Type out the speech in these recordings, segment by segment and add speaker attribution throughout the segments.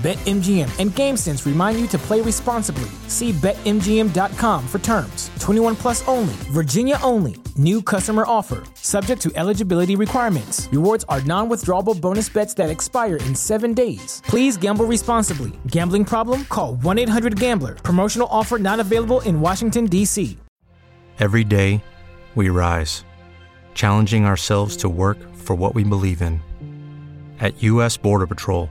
Speaker 1: BetMGM and GameSense remind you to play responsibly. See BetMGM.com for terms. 21 plus only, Virginia only. New customer offer, subject to eligibility requirements. Rewards are non withdrawable bonus bets that expire in seven days. Please gamble responsibly. Gambling problem? Call 1 800 Gambler. Promotional offer not available in Washington, D.C.
Speaker 2: Every day, we rise, challenging ourselves to work for what we believe in. At U.S. Border Patrol,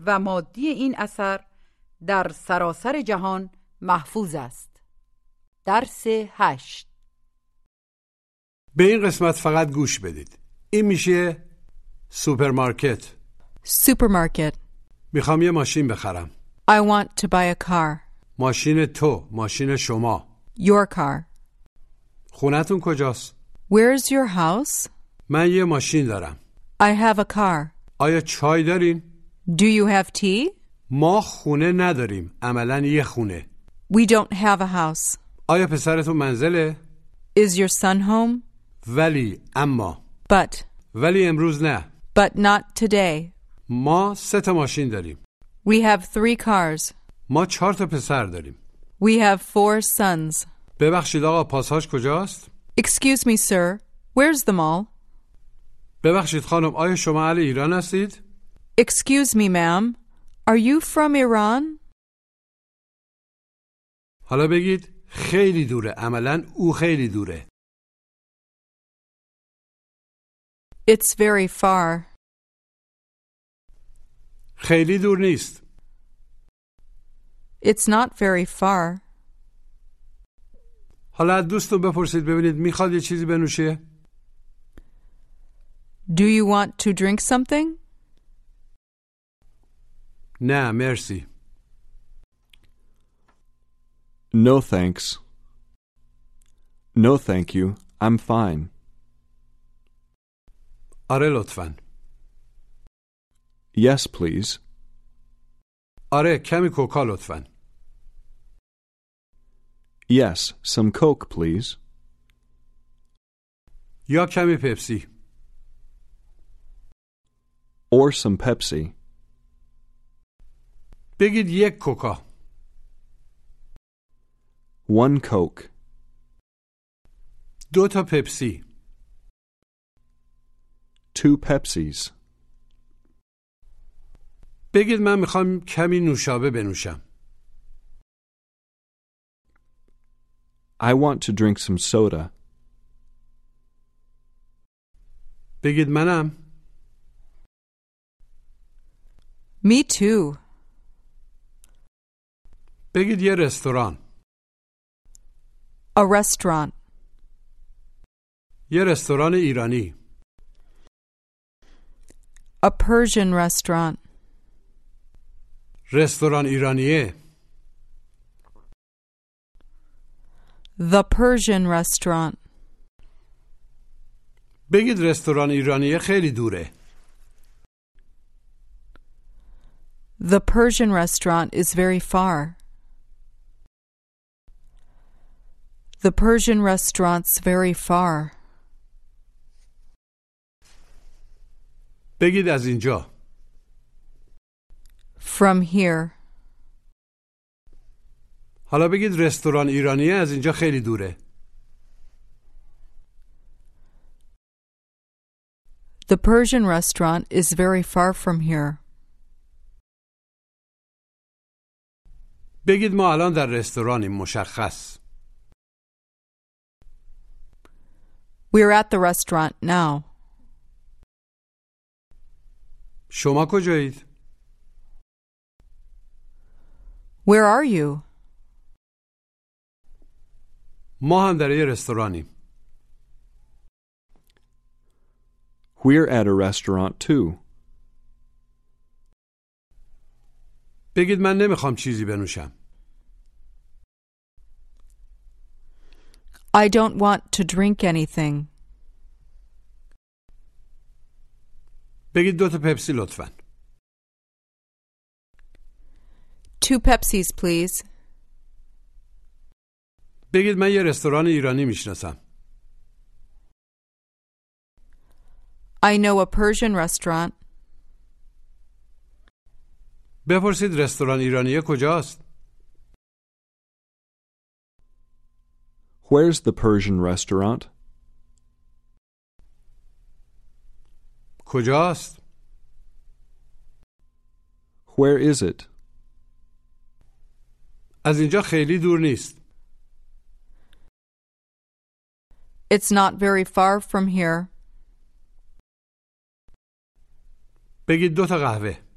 Speaker 3: و مادی این اثر در سراسر جهان محفوظ است درس هشت
Speaker 4: به این قسمت فقط گوش بدید این میشه سوپرمارکت
Speaker 5: Supermarket.
Speaker 4: میخوام یه ماشین بخرم
Speaker 5: I want to buy a car.
Speaker 4: ماشین تو ماشین شما
Speaker 5: Your car.
Speaker 4: خونتون کجاست
Speaker 5: Where's your house?
Speaker 4: من یه ماشین دارم
Speaker 5: I have a car.
Speaker 4: آیا چای دارین
Speaker 5: Do you have tea?
Speaker 4: ما خونه نداریم عملا یه خونه
Speaker 5: We don't have a house.
Speaker 4: آیا پسرتون منزله
Speaker 5: Is your son home?
Speaker 4: ولی اما
Speaker 5: But,
Speaker 4: ولی امروز نه
Speaker 5: but not today.
Speaker 4: ما سه تا ماشین داریم
Speaker 5: We have three cars.
Speaker 4: ما چهار تا پسر داریم
Speaker 5: We have four sons.
Speaker 4: ببخشید آقا پاساژ کجاست
Speaker 5: Excuse me, sir. Where's the mall?
Speaker 4: ببخشید خانم آیا شما اهل ایران هستید
Speaker 5: Excuse me, ma'am. Are you from Iran?
Speaker 4: حالا بگید خیلی دوره عملا او خیلی دوره
Speaker 5: It's very far.
Speaker 4: خیلی دور نیست
Speaker 5: It's not very far.
Speaker 4: حالا از دوستون بپرسید ببینید میخواد یه چیزی بنوشه
Speaker 5: Do you want to drink something?
Speaker 4: نه مرسی
Speaker 6: No thanks. No thank you. I'm fine.
Speaker 4: آره لطفا
Speaker 6: Yes, please.
Speaker 4: آره کمی کوکا لطفا
Speaker 6: Yes, some Coke, please.
Speaker 4: یا کمی پپسی
Speaker 6: Or some Pepsi.
Speaker 4: بگید یک کوکا
Speaker 6: One Coke.
Speaker 4: دو تا پپسی
Speaker 6: Two Pepsis.
Speaker 4: بگید من میخوام کمی نوشابه بنوشم
Speaker 6: I want to drink some soda.
Speaker 4: بگید منم
Speaker 5: Me too.
Speaker 4: بگید یه رستوران
Speaker 5: A restaurant.
Speaker 4: یه رستوران ایرانی
Speaker 5: A Persian restaurant.
Speaker 4: رستوران ایرانیه
Speaker 5: The Persian restaurant.
Speaker 4: بگید رستوران ایرانیه خیلی دوره
Speaker 5: The Persian restaurant is very far. The Persian restaurant's very far.
Speaker 4: بگید از اینجا
Speaker 5: From here.
Speaker 4: حالا بگید رستوران ایرانیه از اینجا خیلی دوره
Speaker 5: The Persian restaurant is very far from here.
Speaker 4: بگید ما الان در رستورانیم مشخص
Speaker 5: We're at the restaurant now.
Speaker 4: شما کجایید؟
Speaker 5: Where are you?
Speaker 4: ما هم در یه رستورانیم
Speaker 6: We're at a restaurant too.
Speaker 4: بگید من نمیخوام چیزی بنوشم
Speaker 5: I don't want to drink anything.
Speaker 4: بگید دو تا پپسی لطفا
Speaker 5: Two Pepsis, please.
Speaker 4: بگید من یه رستوران ایرانی میشناسم
Speaker 5: I know a Persian restaurant.
Speaker 4: بپرسید رستوران ایرانی کجاست؟
Speaker 6: Where's the Persian restaurant?
Speaker 4: کجاست؟
Speaker 6: Where is it?
Speaker 4: از اینجا خیلی دور نیست
Speaker 5: It's not very far from here.
Speaker 4: بگید دو تا قهوه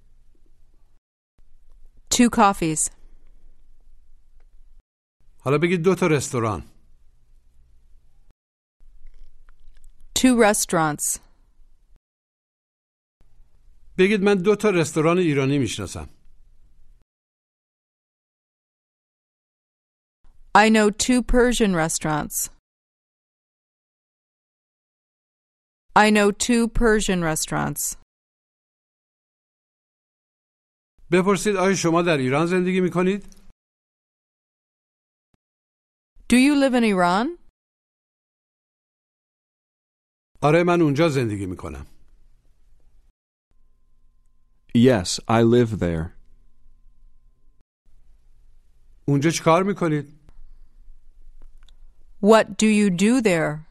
Speaker 5: Two coffees.
Speaker 4: حالا بگید دو تا رستوران
Speaker 5: Two restaurants.
Speaker 4: بگید من دو تا رستوران ایرانی میشناسم
Speaker 5: I know two Persian restaurants. I know two Persian restaurants.
Speaker 4: بپرسید آیا شما در ایران زندگی میکنید؟
Speaker 5: Do you live in Iran?
Speaker 4: آره من اونجا زندگی میکنم
Speaker 6: Yes, I live there.
Speaker 4: اونجا چیکار میکنید؟
Speaker 5: What do you do there?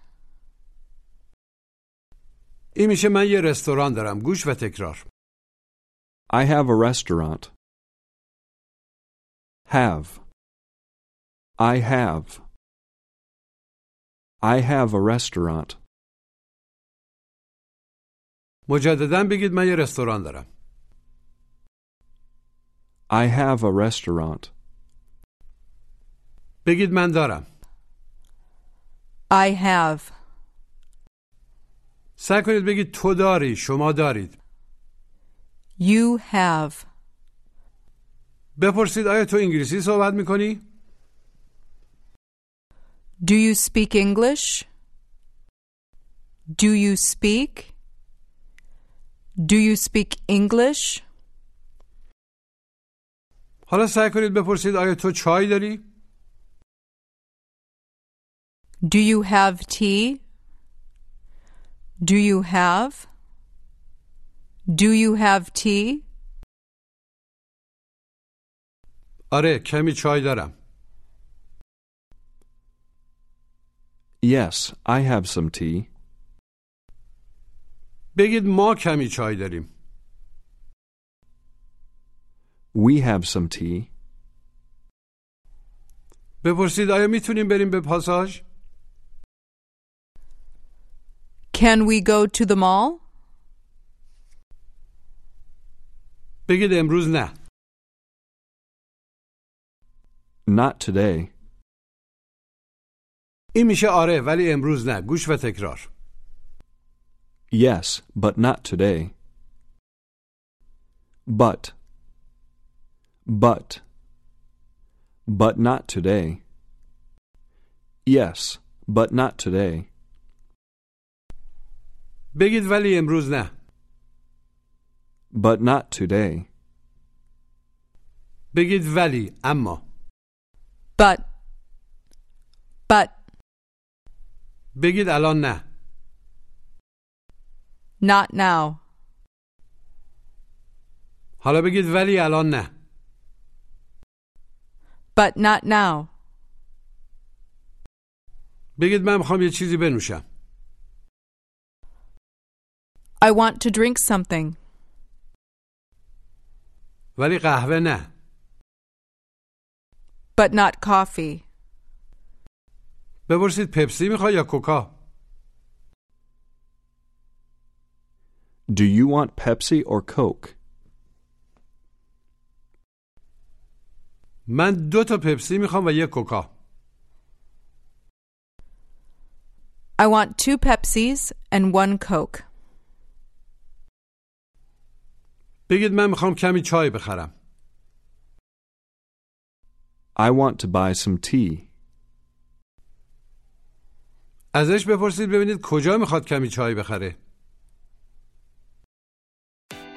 Speaker 4: این میشه من یه رستوران دارم گوش و تکرار
Speaker 6: I have a restaurant. Have. I have. I have a restaurant.
Speaker 4: مجددا بگید من یه رستوران دارم
Speaker 6: I have a restaurant.
Speaker 4: بگید من دارم
Speaker 5: I have.
Speaker 4: سعی کنید بگید تو داری شما دارید
Speaker 5: You have.
Speaker 4: بپرسید آیا تو انگلیسی صحبت میکنی؟
Speaker 5: Do you speak English? Do you speak? Do you speak English?
Speaker 4: حالا سعی کنید بپرسید آیا تو چای داری؟
Speaker 5: Do you have tea? Do you have? Do you have tea?
Speaker 4: آره کمی چای دارم
Speaker 6: Yes, I have some tea.
Speaker 4: بگید ما کمی چای داریم
Speaker 6: We have some tea.
Speaker 4: بپرسید آیا میتونیم بریم به پاساژ؟
Speaker 5: Can we go to the mall?
Speaker 4: بگید امروز نه
Speaker 6: Not today.
Speaker 4: این میشه آره ولی امروز نه گوش و تکرار
Speaker 6: Yes, but not today. But. But. But not today. Yes, but not today.
Speaker 4: بگید ولی امروز نه
Speaker 6: But not today.
Speaker 4: بگید ولی اما
Speaker 5: But. But.
Speaker 4: بگید الان نه
Speaker 5: Not now.
Speaker 4: حالا بگید ولی الان نه
Speaker 5: But not now.
Speaker 4: بگید من میخوام یه چیزی بنوشم
Speaker 5: I want to drink something,
Speaker 4: ولی قهوه نه
Speaker 5: but not coffee.
Speaker 4: بپرسید پپسی میخوای یا کوکا
Speaker 6: Do you want Pepsi or Coke?
Speaker 4: من دو تا پپسی میخوام و یک کوکا
Speaker 5: I want two Pepsis and one Coke.
Speaker 4: بگید من میخوام کمی چای بخرم
Speaker 6: I want to buy some tea.
Speaker 4: ازش بپرسید ببینید کجا میخواد کمی چای بخره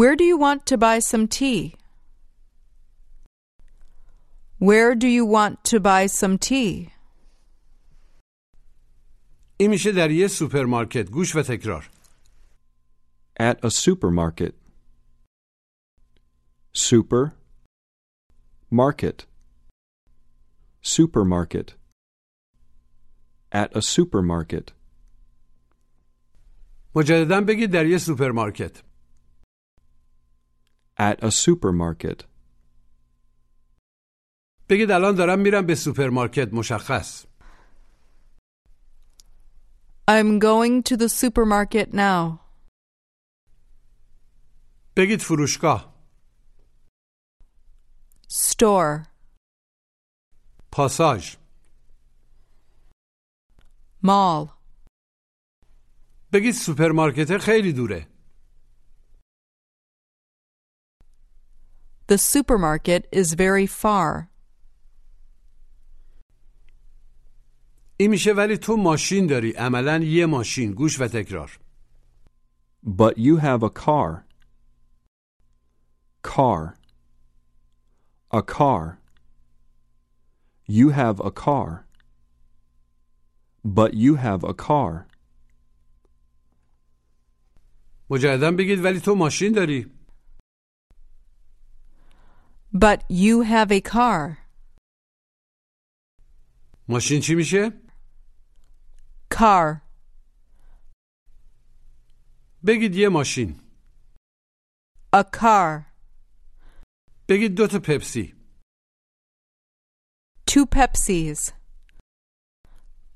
Speaker 5: Where do you want to buy some tea? Where do you want to buy some tea?
Speaker 4: این میشه در یه سوپرمارکت گوش و تکرار
Speaker 6: At a supermarket. Super. Market. Supermarket. At a supermarket.
Speaker 4: مجددا بگید در یه سوپرمارکت
Speaker 6: At a supermarket.
Speaker 4: بگید الان دارم میرم به سوپرمارکت مشخص
Speaker 5: I'm going to the supermarket now.
Speaker 4: بگید فروشگاه
Speaker 5: Store.
Speaker 4: پاساژ
Speaker 5: Mall.
Speaker 4: بگید سوپرمارکت خیلی دوره
Speaker 5: The supermarket is very far.
Speaker 4: این میشه ولی تو ماشین داری عملا یه ماشین گوش و تکرار
Speaker 6: But you have a car. Car. A car. You have a car. But you have a car.
Speaker 4: مجددا بگید ولی تو ماشین داری
Speaker 5: But you have a car.
Speaker 4: ماشین چی میشه
Speaker 5: Car.
Speaker 4: بگید یه ماشین
Speaker 5: A car.
Speaker 4: بگید دو تا پپسی
Speaker 5: Two Pepsis.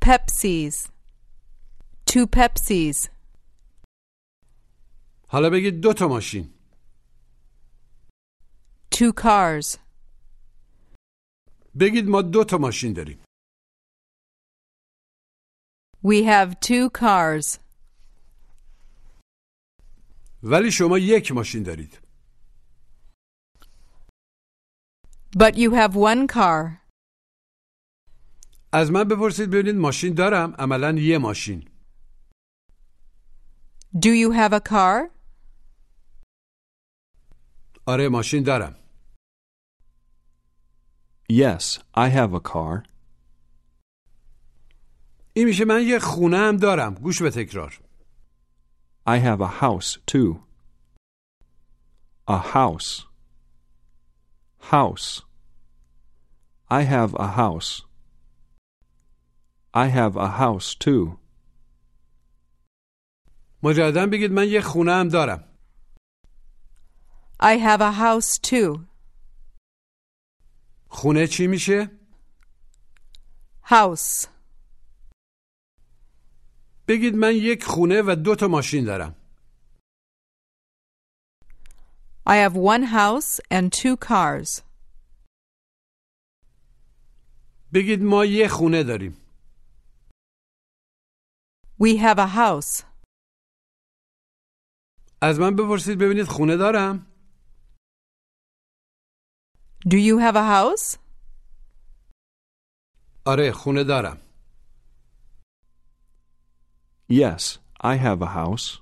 Speaker 5: Pepsis. Two Pepsis.
Speaker 4: حالا بگید دو تا ماشین
Speaker 5: Two cars.
Speaker 4: بگید ما دو تا ماشین داریم
Speaker 5: We have two cars.
Speaker 4: ولی شما یک ماشین دارید
Speaker 5: But you have one car.
Speaker 4: از من بپرسید ببینید ماشین دارم عملا یه ماشین
Speaker 5: Do you have a car?
Speaker 4: آره ماشین دارم
Speaker 6: Yes, I have a car.
Speaker 4: این میشه من یه خونه هم دارم گوش به تکرار
Speaker 6: I have a house too. A house. House. I have a house. I have a house too.
Speaker 4: مجددا بگید من یه خونه هم دارم
Speaker 5: I have a house too.
Speaker 4: خونه چی میشه
Speaker 5: House.
Speaker 4: بگید من یک خونه و دو تا ماشین دارم
Speaker 5: I have one house and two cars.
Speaker 4: بگید ما یه خونه داریم
Speaker 5: We have a house.
Speaker 4: از من بپرسید ببینید خونه دارم
Speaker 5: Do you have a house?
Speaker 4: آره خونه دارم
Speaker 6: Yes, I have a house.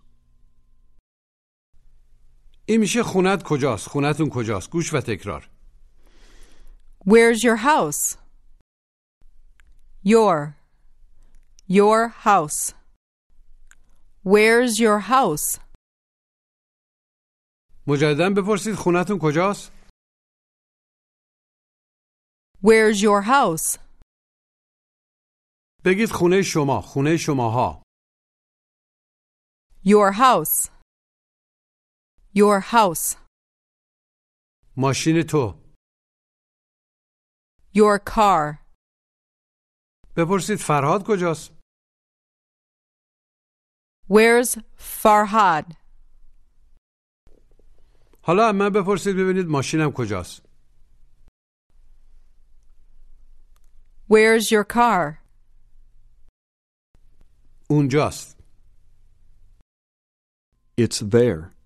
Speaker 4: این میشه خونت کجاست خونتون کجاست گوش و تکرار
Speaker 5: Where's your house? Your. Your house. Where's your house?
Speaker 4: مجددا بپرسید خونتون کجاست
Speaker 5: Where's your house?
Speaker 4: بگید خونه شما خونه شماها
Speaker 5: Your house. Your house.
Speaker 4: ماشین تو
Speaker 5: Your car.
Speaker 4: بپرسید فرهاد کجاست
Speaker 5: Where's Farhad?
Speaker 4: حالا از من بپرسید ببینید ماشینم کجاست
Speaker 5: Where's your car?
Speaker 4: اونجاست
Speaker 6: It's there.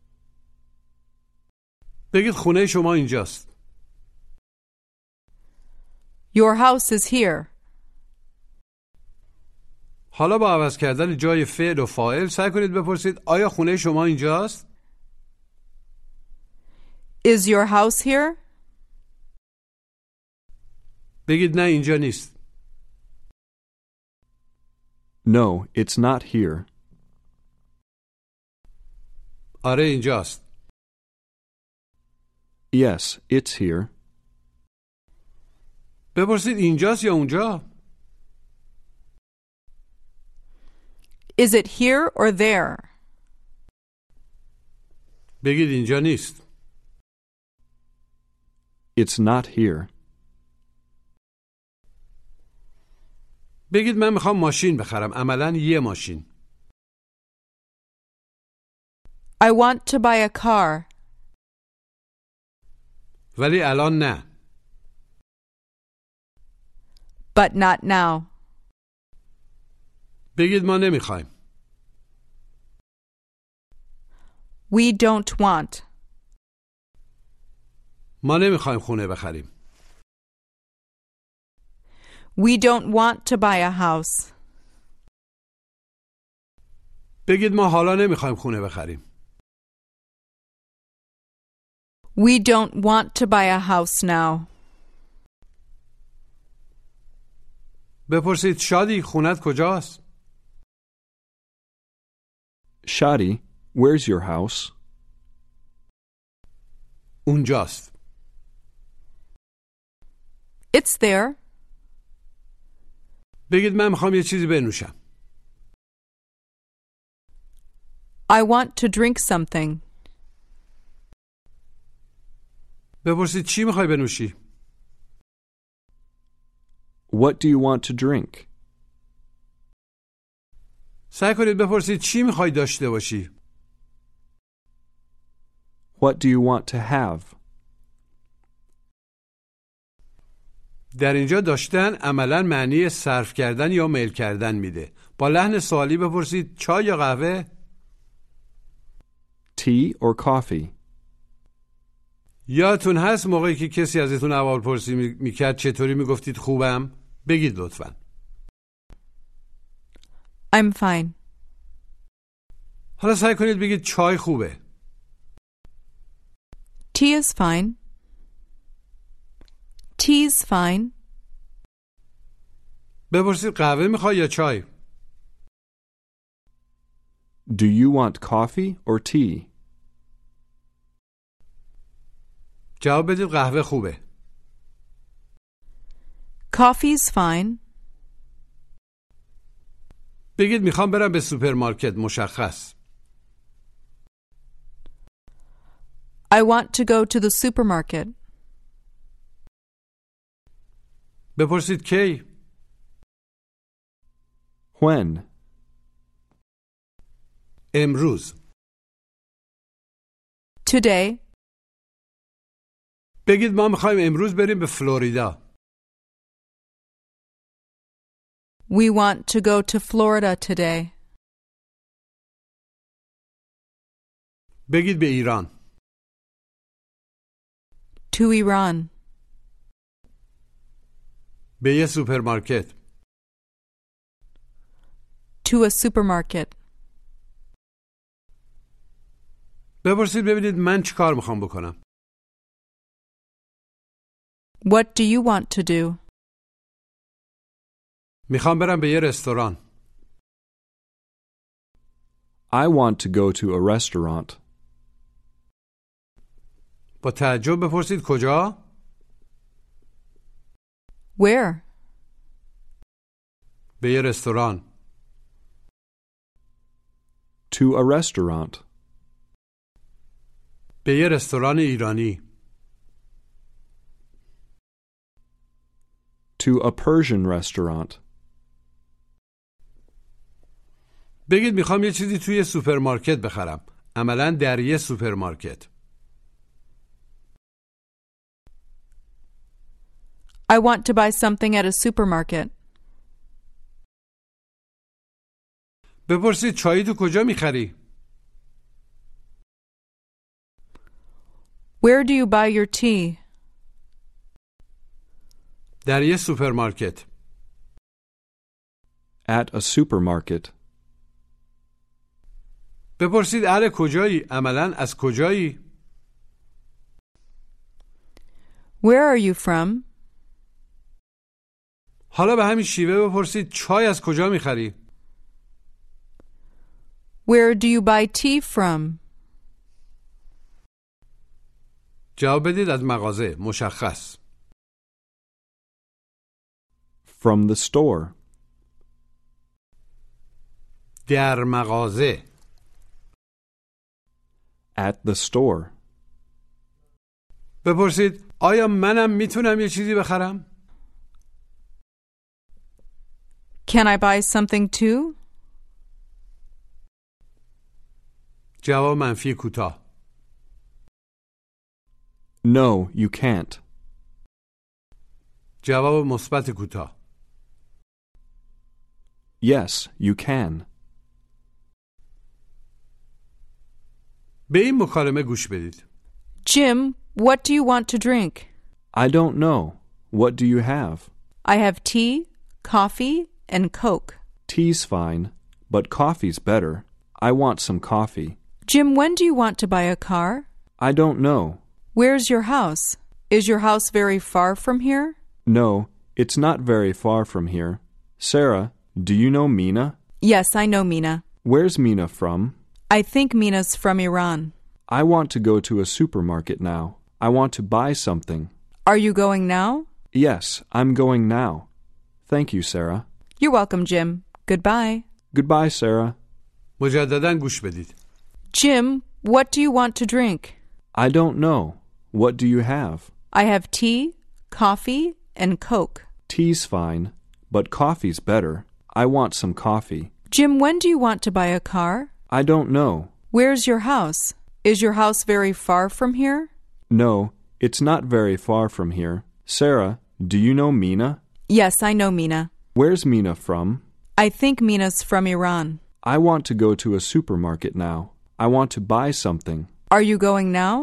Speaker 4: بگید خونه شما اینجاست
Speaker 5: Your house is here.
Speaker 4: حالا با عوض کردن جای فعل و فاعل سعی کنید بپرسید آیا خونه شما اینجاست
Speaker 5: Is your house here?
Speaker 4: بگید نه اینجا نیست
Speaker 6: No, it's not here.
Speaker 4: آره اینجاست
Speaker 6: Yes, it's here.
Speaker 4: بپرسید اینجاست یا اونجا
Speaker 5: Is it here or there?
Speaker 4: بگید اینجا نیست
Speaker 6: It's not here.
Speaker 4: بگید من میخوام ماشین بخرم عملا یه ماشین
Speaker 5: I want to buy a car,
Speaker 4: ولی الان نه
Speaker 5: but not now.
Speaker 4: بگید ما نمیخوایم
Speaker 5: We don't want.
Speaker 4: ما نمیخوایم خونه بخریم
Speaker 5: We don't want to buy a house.
Speaker 4: بگید ما حالا نمیخوایم خونه بخریم
Speaker 5: We don't want to buy a house now.
Speaker 4: بپرسید شادی خونت کجاست
Speaker 6: Shadi, where's your house?
Speaker 4: اونجاست
Speaker 5: It's there.
Speaker 4: بگید من میخوام یه چیزی بنوشم
Speaker 5: I want to drink something.
Speaker 4: بپرسید چی میخوای بنوشی
Speaker 6: What do you want to drink?
Speaker 4: سعی کنید بپرسید چی میخوای داشته باشی
Speaker 6: What do you want to have?
Speaker 4: در اینجا داشتن عملا معنی صرف کردن یا میل کردن میده با لحن سوالی بپرسید چای یا قهوه
Speaker 6: Tea or coffee?
Speaker 4: یادتون هست موقعی که کسی ازتون اول پرسی میکرد چطوری میگفتید خوبم بگید لطفا
Speaker 5: I'm fine.
Speaker 4: حالا سعی کنید بگید چای خوبه
Speaker 5: Tea is fine. Tea's fine.
Speaker 4: بپرسید قهوه میخوای یا چای
Speaker 6: Do you want coffee or tea?
Speaker 4: جواب بدید قهوه خوبه
Speaker 5: Coffee's fine.
Speaker 4: بگید میخوام برم به سوپرمارکت مشخص
Speaker 5: I want to go to the supermarket.
Speaker 4: بپرسید کی
Speaker 6: When?
Speaker 4: امروز
Speaker 5: Today,
Speaker 4: بگید ما میخوایم امروز بریم به فلوریدا
Speaker 5: we want to go to Florida today.
Speaker 4: بگید به ایران
Speaker 5: To Iran.
Speaker 4: به یه سوپرمارکت
Speaker 5: To a supermarket.
Speaker 4: بپرسید ببینید من چی کار میخوام بکنم
Speaker 5: What do you want to do?
Speaker 4: میخوام برم به یه رستوران
Speaker 6: I want to go to a restaurant.
Speaker 4: با تعجب بپرسید کجا
Speaker 5: Where?
Speaker 4: به یه رستوران
Speaker 6: To a restaurant.
Speaker 4: به یه رستوران ایرانی
Speaker 6: To a Persian restaurant.
Speaker 4: بگید میخوام یه چیزی توی سوپرمارکت بخرم عملا در یه سوپرمارکت
Speaker 5: I want to buy something at a supermarket.
Speaker 4: بپرسید چایی تو کجا میخری
Speaker 5: Where do you buy your tea?
Speaker 4: در یه سوپرمارکت
Speaker 6: At a supermarket.
Speaker 4: بپرسید اهل کجایی عملا از کجایی
Speaker 5: Where are you from?
Speaker 4: حالا به همین شیوه بپرسید چای از کجا میخری
Speaker 5: Where do you buy tea from?
Speaker 4: جواب بدید از مغازه مشخص
Speaker 6: From the store.
Speaker 4: در مغازه
Speaker 6: At the store.
Speaker 4: بپرسید آیا منم میتونم یه چیزی بخرم
Speaker 5: Can I buy something too?
Speaker 4: جواب منفی کوتاه
Speaker 6: No, you can't.
Speaker 4: جواب مثبت کوتاه
Speaker 6: Yes, you can.
Speaker 4: به این مکالمه گوش بدید
Speaker 5: Jim, what do you want to drink?
Speaker 6: I don't know. What do you have?
Speaker 5: I have tea, coffee, and Coke.
Speaker 6: Tea's fine, but coffee's better. I want some coffee.
Speaker 5: Jim, when do you want to buy a car?
Speaker 6: I don't know.
Speaker 5: Where's your house? Is your house very far from here?
Speaker 6: No, it's not very far from here. Sarah, do you know Mina?
Speaker 5: Yes, I know Mina.
Speaker 6: Where's Mina from?
Speaker 5: I think Mina's from Iran.
Speaker 6: I want to go to a supermarket now. I want to buy something.
Speaker 5: Are you going now?
Speaker 6: Yes, I'm going now. Thank you, Sarah.
Speaker 5: You're welcome, Jim. Goodbye.
Speaker 6: Goodbye, Sarah.
Speaker 4: مجددا گوش بدید
Speaker 5: Jim, what do you want to drink?
Speaker 6: I don't know. What do you have?
Speaker 5: I have tea, coffee, and Coke.
Speaker 6: Tea's fine, but coffee's better. I want some coffee.
Speaker 5: Jim, when do you want to buy a car?
Speaker 6: I don't know.
Speaker 5: Where's your house? Is your house very far from here?
Speaker 6: No, it's not very far from here. Sarah, do you know Mina?
Speaker 5: Yes, I know Mina.
Speaker 6: Where's Mina from?
Speaker 5: I think Mina's from Iran.
Speaker 6: I want to go to a supermarket now. I want to buy something.
Speaker 5: Are you going now?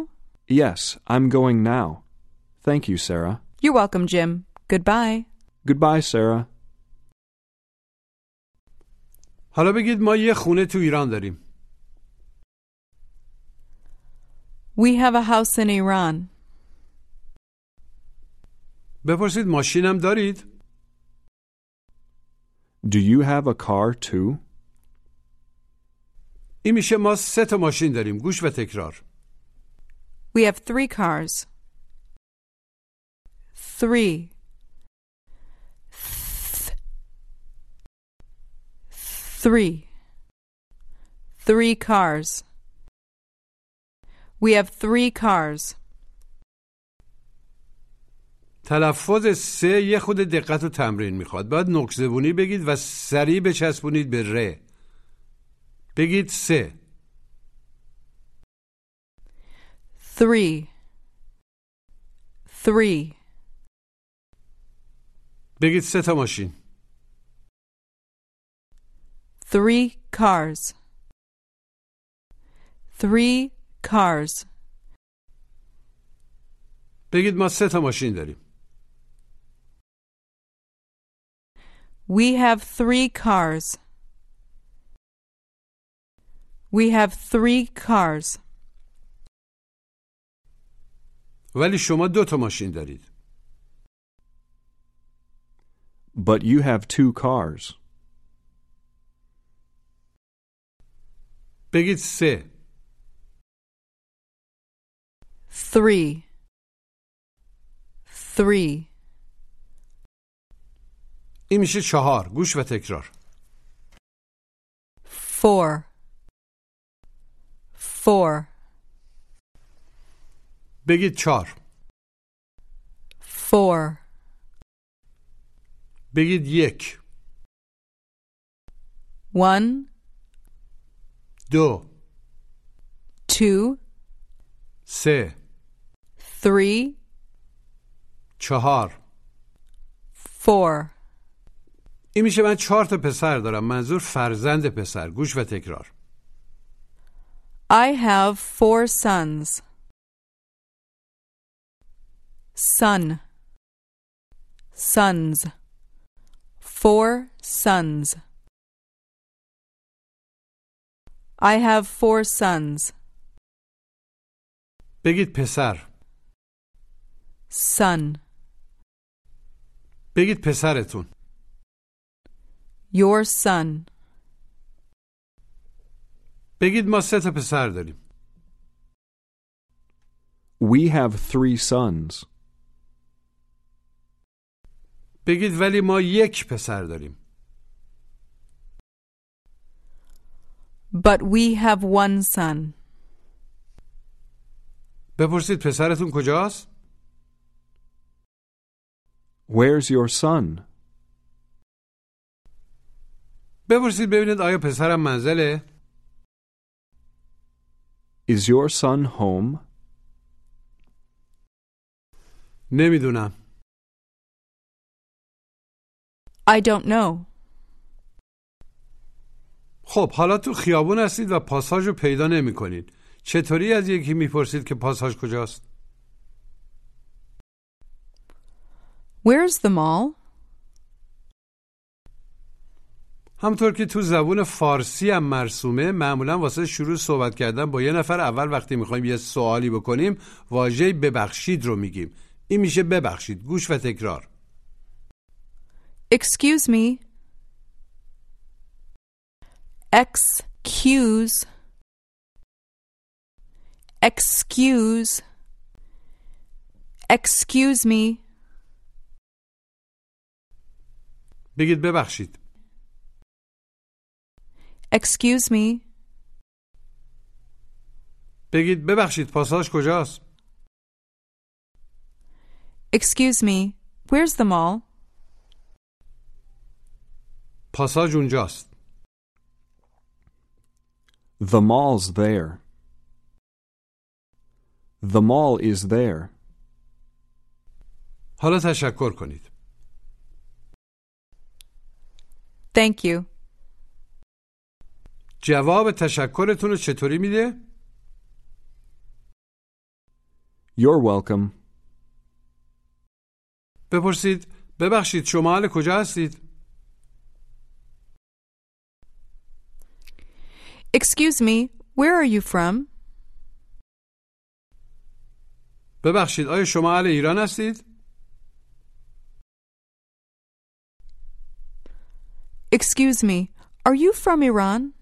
Speaker 6: Yes, I'm going now. Thank you, Sarah.
Speaker 5: You're welcome, Jim. Goodbye.
Speaker 6: Goodbye, Sarah.
Speaker 4: حالا بگید ما یه خونه تو ایران داریم
Speaker 5: We have a house in Iran.
Speaker 4: بپرسید ماشینم دارید
Speaker 6: Do you have a car too?
Speaker 4: این میشه ما سه تا ماشین داریم گوش و تکرار
Speaker 5: We have three cars. Three. Th- Three. Three cars. We have three cars.
Speaker 4: تلفظ سه یه خود دقت و تمرین میخواد باید نکزبونی بگید و سریع بچسبونید به ر بگید سه
Speaker 5: Three. Three.
Speaker 4: بگید سه تا ماشین
Speaker 5: Three cars. Three cars.
Speaker 4: بگید ما سه تا ماشین داریم
Speaker 5: We have three cars. We have three cars.
Speaker 4: ولی شما دو تا ماشین دارید
Speaker 6: But you have two cars.
Speaker 4: بگید سه
Speaker 5: three, three,
Speaker 4: این میشه چهار گوش و تکرار
Speaker 5: four, four,
Speaker 4: بگید چهار
Speaker 5: four,
Speaker 4: بگید یک
Speaker 5: one,
Speaker 4: دو
Speaker 5: two,
Speaker 4: سه
Speaker 5: three,
Speaker 4: چهار
Speaker 5: four,
Speaker 4: این میشه من چهار تا پسر دارم منظور فرزند پسر گوش و تکرار
Speaker 5: I have four sons. Son. Sons. Four sons. I have four sons.
Speaker 4: بگید پسر
Speaker 5: Son.
Speaker 4: بگید پسرتون
Speaker 5: Your son.
Speaker 4: بگید ما سه تا پسر داریم
Speaker 6: We have three sons.
Speaker 4: بگید ولی ما یک پسر داریم
Speaker 5: But we have one son.
Speaker 4: بپرسید پسرتون کجاست
Speaker 6: Where's your son?
Speaker 4: بپرسید ببینید آیا پسرم منزله
Speaker 6: Is your son home?
Speaker 4: نمیدونم
Speaker 5: I don't know.
Speaker 4: خب حالا تو خیابون هستید و پاساژ رو پیدا نمیکنید چطوری از یکی میپرسید که پاساژ کجاست
Speaker 5: Where's the mall?
Speaker 4: همطور که تو زبون فارسی هم مرسومه معمولا واسه شروع صحبت کردن با یه نفر اول وقتی میخوایم یه سوالی بکنیم واژه ببخشید رو میگیم این میشه ببخشید گوش و تکرار
Speaker 5: Excuse me. Excuse. Excuse. Excuse me.
Speaker 4: بگید ببخشید
Speaker 5: Excuse me.
Speaker 4: بگید ببخشید پاساژ کجاست
Speaker 5: Excuse me. Where's the mall?
Speaker 4: پاساژ اونجاست
Speaker 6: The mall's there. The mall is there.
Speaker 4: حالا تشکر کنید
Speaker 5: Thank you.
Speaker 4: جواب تشکرتون رو چطوری میده
Speaker 6: You're welcome.
Speaker 4: بپرسید ببخشید شما اهل کجا هستید
Speaker 5: Excuse me. Where are you from?
Speaker 4: ببخشید آیا شما اهل ایران هستید
Speaker 5: Excuse me. Are you from Iran?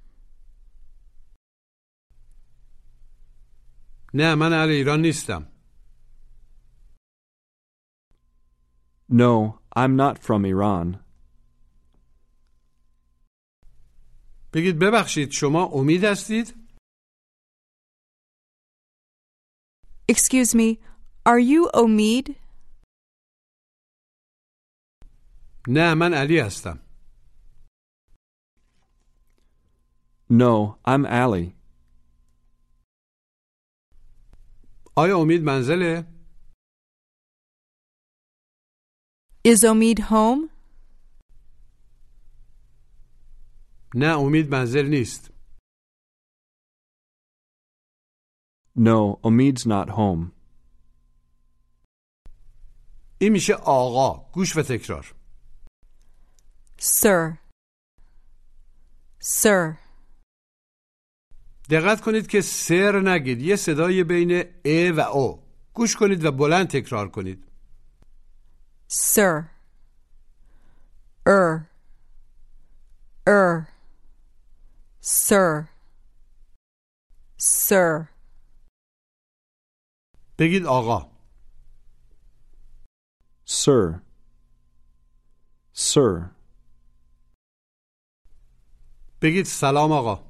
Speaker 4: نه من اهل ایران نیستم
Speaker 6: No, I'm not from Iran.
Speaker 4: بگید ببخشید شما امید هستید
Speaker 5: Excuse me. Are you Omid?
Speaker 4: نه من علی هستم
Speaker 6: No, I'm Ali.
Speaker 4: آیا امید منزله
Speaker 5: Is Omid home?
Speaker 4: نه امید منزل نیست
Speaker 6: No, Omid's not home.
Speaker 4: این میشه آقا گوش و تکرار
Speaker 5: Sir. Sir.
Speaker 4: دقت کنید که سر نگید یه صدای بین ا و او گوش کنید و بلند تکرار کنید
Speaker 5: Sir. Er. Er. Sir. Sir.
Speaker 4: بگید آقا
Speaker 6: Sir. Sir.
Speaker 4: بگید سلام آقا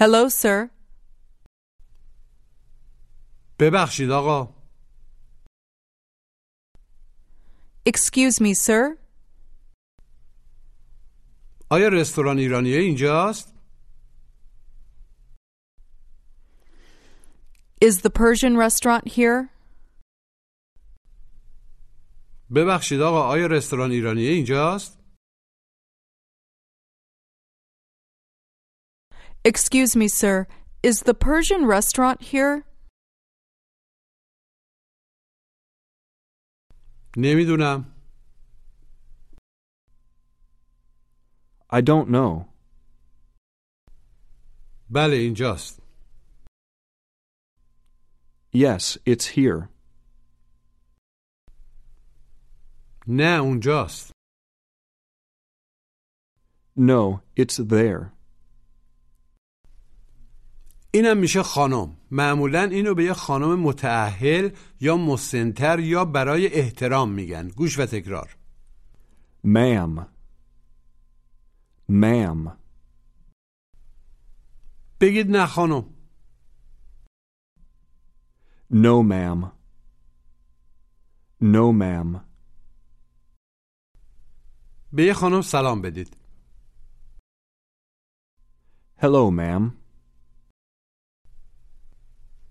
Speaker 5: Hello, sir.
Speaker 4: ببخشید آقا
Speaker 5: Excuse me, sir.
Speaker 4: آیا رستوران ایرانیه اینجاست؟
Speaker 5: Is the Persian restaurant here?
Speaker 4: ببخشید آقا آیا رستوران ایرانیه اینجاست؟
Speaker 5: Excuse me, sir. Is the Persian restaurant here?
Speaker 4: نمیدونم
Speaker 6: I don't know.
Speaker 4: بله اینجاست
Speaker 6: Yes, it's here.
Speaker 4: نه اونجاست
Speaker 6: No, it's there.
Speaker 4: اینم میشه خانم معمولا اینو به یه خانم متعهل یا مسنتر یا برای احترام میگن گوش و تکرار
Speaker 6: Ma'am. Ma'am.
Speaker 4: بگید نه خانم
Speaker 6: No, ma'am. No, ma'am.
Speaker 4: به یه خانم سلام بدید
Speaker 6: Hello, ma'am.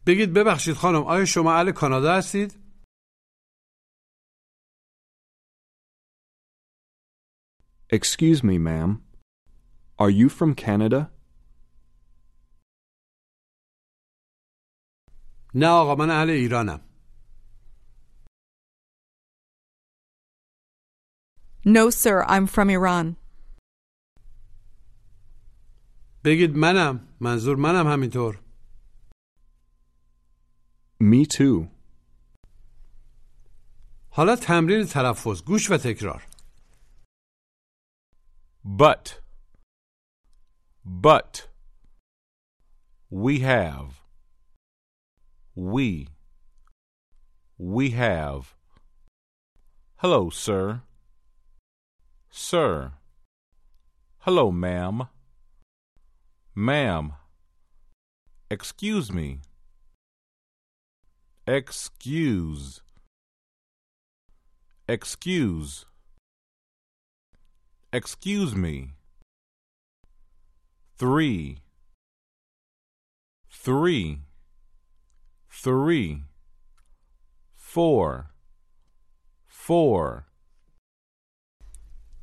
Speaker 4: بگید ببخشید خانم آیا شما اهل کانادا هستید؟
Speaker 6: Excuse me, ma'am. Are you from Canada?
Speaker 4: نه آقا من اهل ایرانم
Speaker 5: No, sir. I'm from Iran.
Speaker 4: بگید منم منظور منم همینطور
Speaker 6: Me too.
Speaker 4: حالا تمرین تلفظ گوش و تکرار
Speaker 7: But. But. We have. We. We have. Hello, sir. Sir. Hello, ma'am. Ma'am. Excuse me. Excuse. Excuse. Excuse me. Three. Three. Three. Four. Four.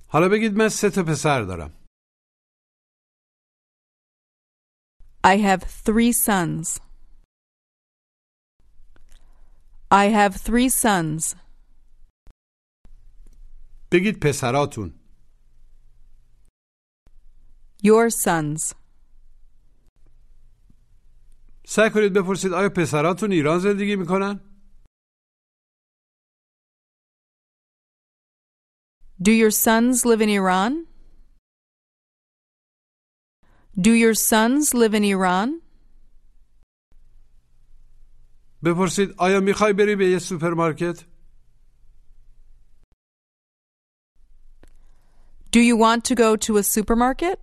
Speaker 4: حالا بگید من سه تا پسر دارم
Speaker 5: I have three sons. I have three sons.
Speaker 4: بگید پسراتون
Speaker 5: Your sons.
Speaker 4: سعی کنید بپرسید آیا پسراتون ایران زندگی میکنن؟
Speaker 5: Do your sons live in Iran? Do your sons live in Iran?
Speaker 4: بپرسید آیا میخوای بری به یه سوپرمارکت؟
Speaker 5: Do you want to go to a supermarket?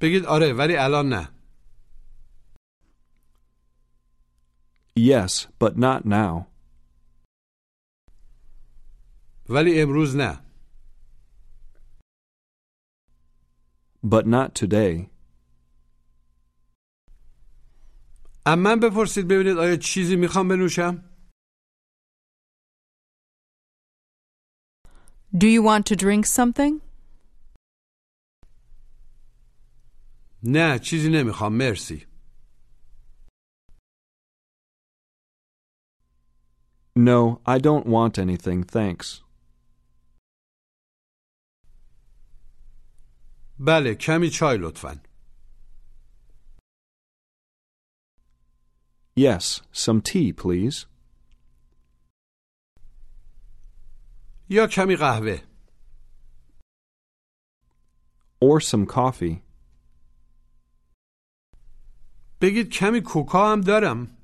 Speaker 4: بگید آره ولی الان نه
Speaker 6: Yes, but not now.
Speaker 4: ولی امروز نه
Speaker 6: But not today.
Speaker 4: اما بپرسید ببینید آیا چیزی میخوام بنوشم؟
Speaker 5: Do you want to drink something?
Speaker 4: نه چیزی نمیخوام مرسی
Speaker 6: No, I don't want anything, thanks.
Speaker 4: بله کمی چای لطفا
Speaker 6: Yes, some tea, please.
Speaker 4: یا کمی قهوه
Speaker 6: Or some coffee.
Speaker 4: بگید کمی کوکا هم دارم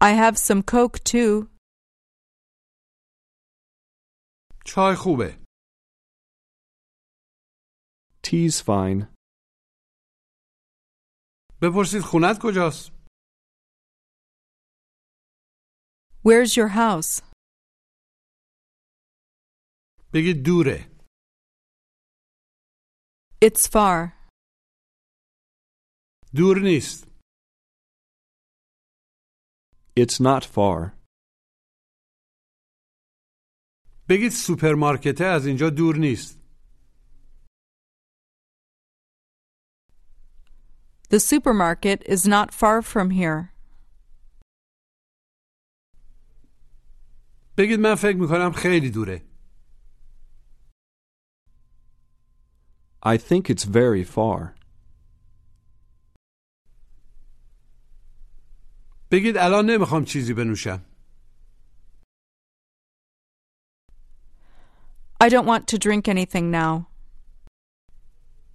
Speaker 5: I have some Coke too.
Speaker 4: چای خوبه
Speaker 6: Tea's fine.
Speaker 4: بپرسید خونت کجاست
Speaker 5: Where's your house?
Speaker 4: بگید دوره
Speaker 5: It's far.
Speaker 4: دور نیست
Speaker 6: It's not far.
Speaker 4: بگید سوپرمارکته از اینجا دور نیست
Speaker 5: The supermarket is not far from here.
Speaker 4: بگید من فکر میکنم خیلی دوره
Speaker 6: I think it's very far.
Speaker 4: بگید الان نمیخوام چیزی بنوشم
Speaker 5: I don't want to drink anything now.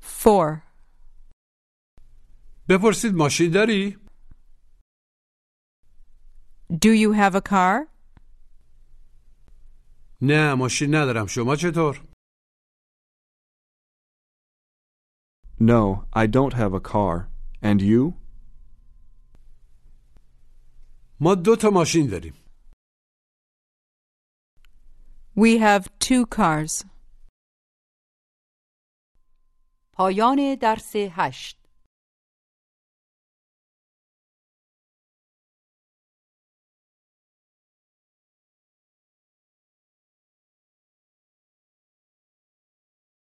Speaker 5: four.
Speaker 4: بپرسید ماشین داری؟
Speaker 5: Do you have a car?
Speaker 4: نه ماشین ندارم شما چطور؟
Speaker 6: No, I don't have a car. And you?
Speaker 4: ما دو تا ماشین داریم
Speaker 5: We have two cars.
Speaker 3: پایان درس هشت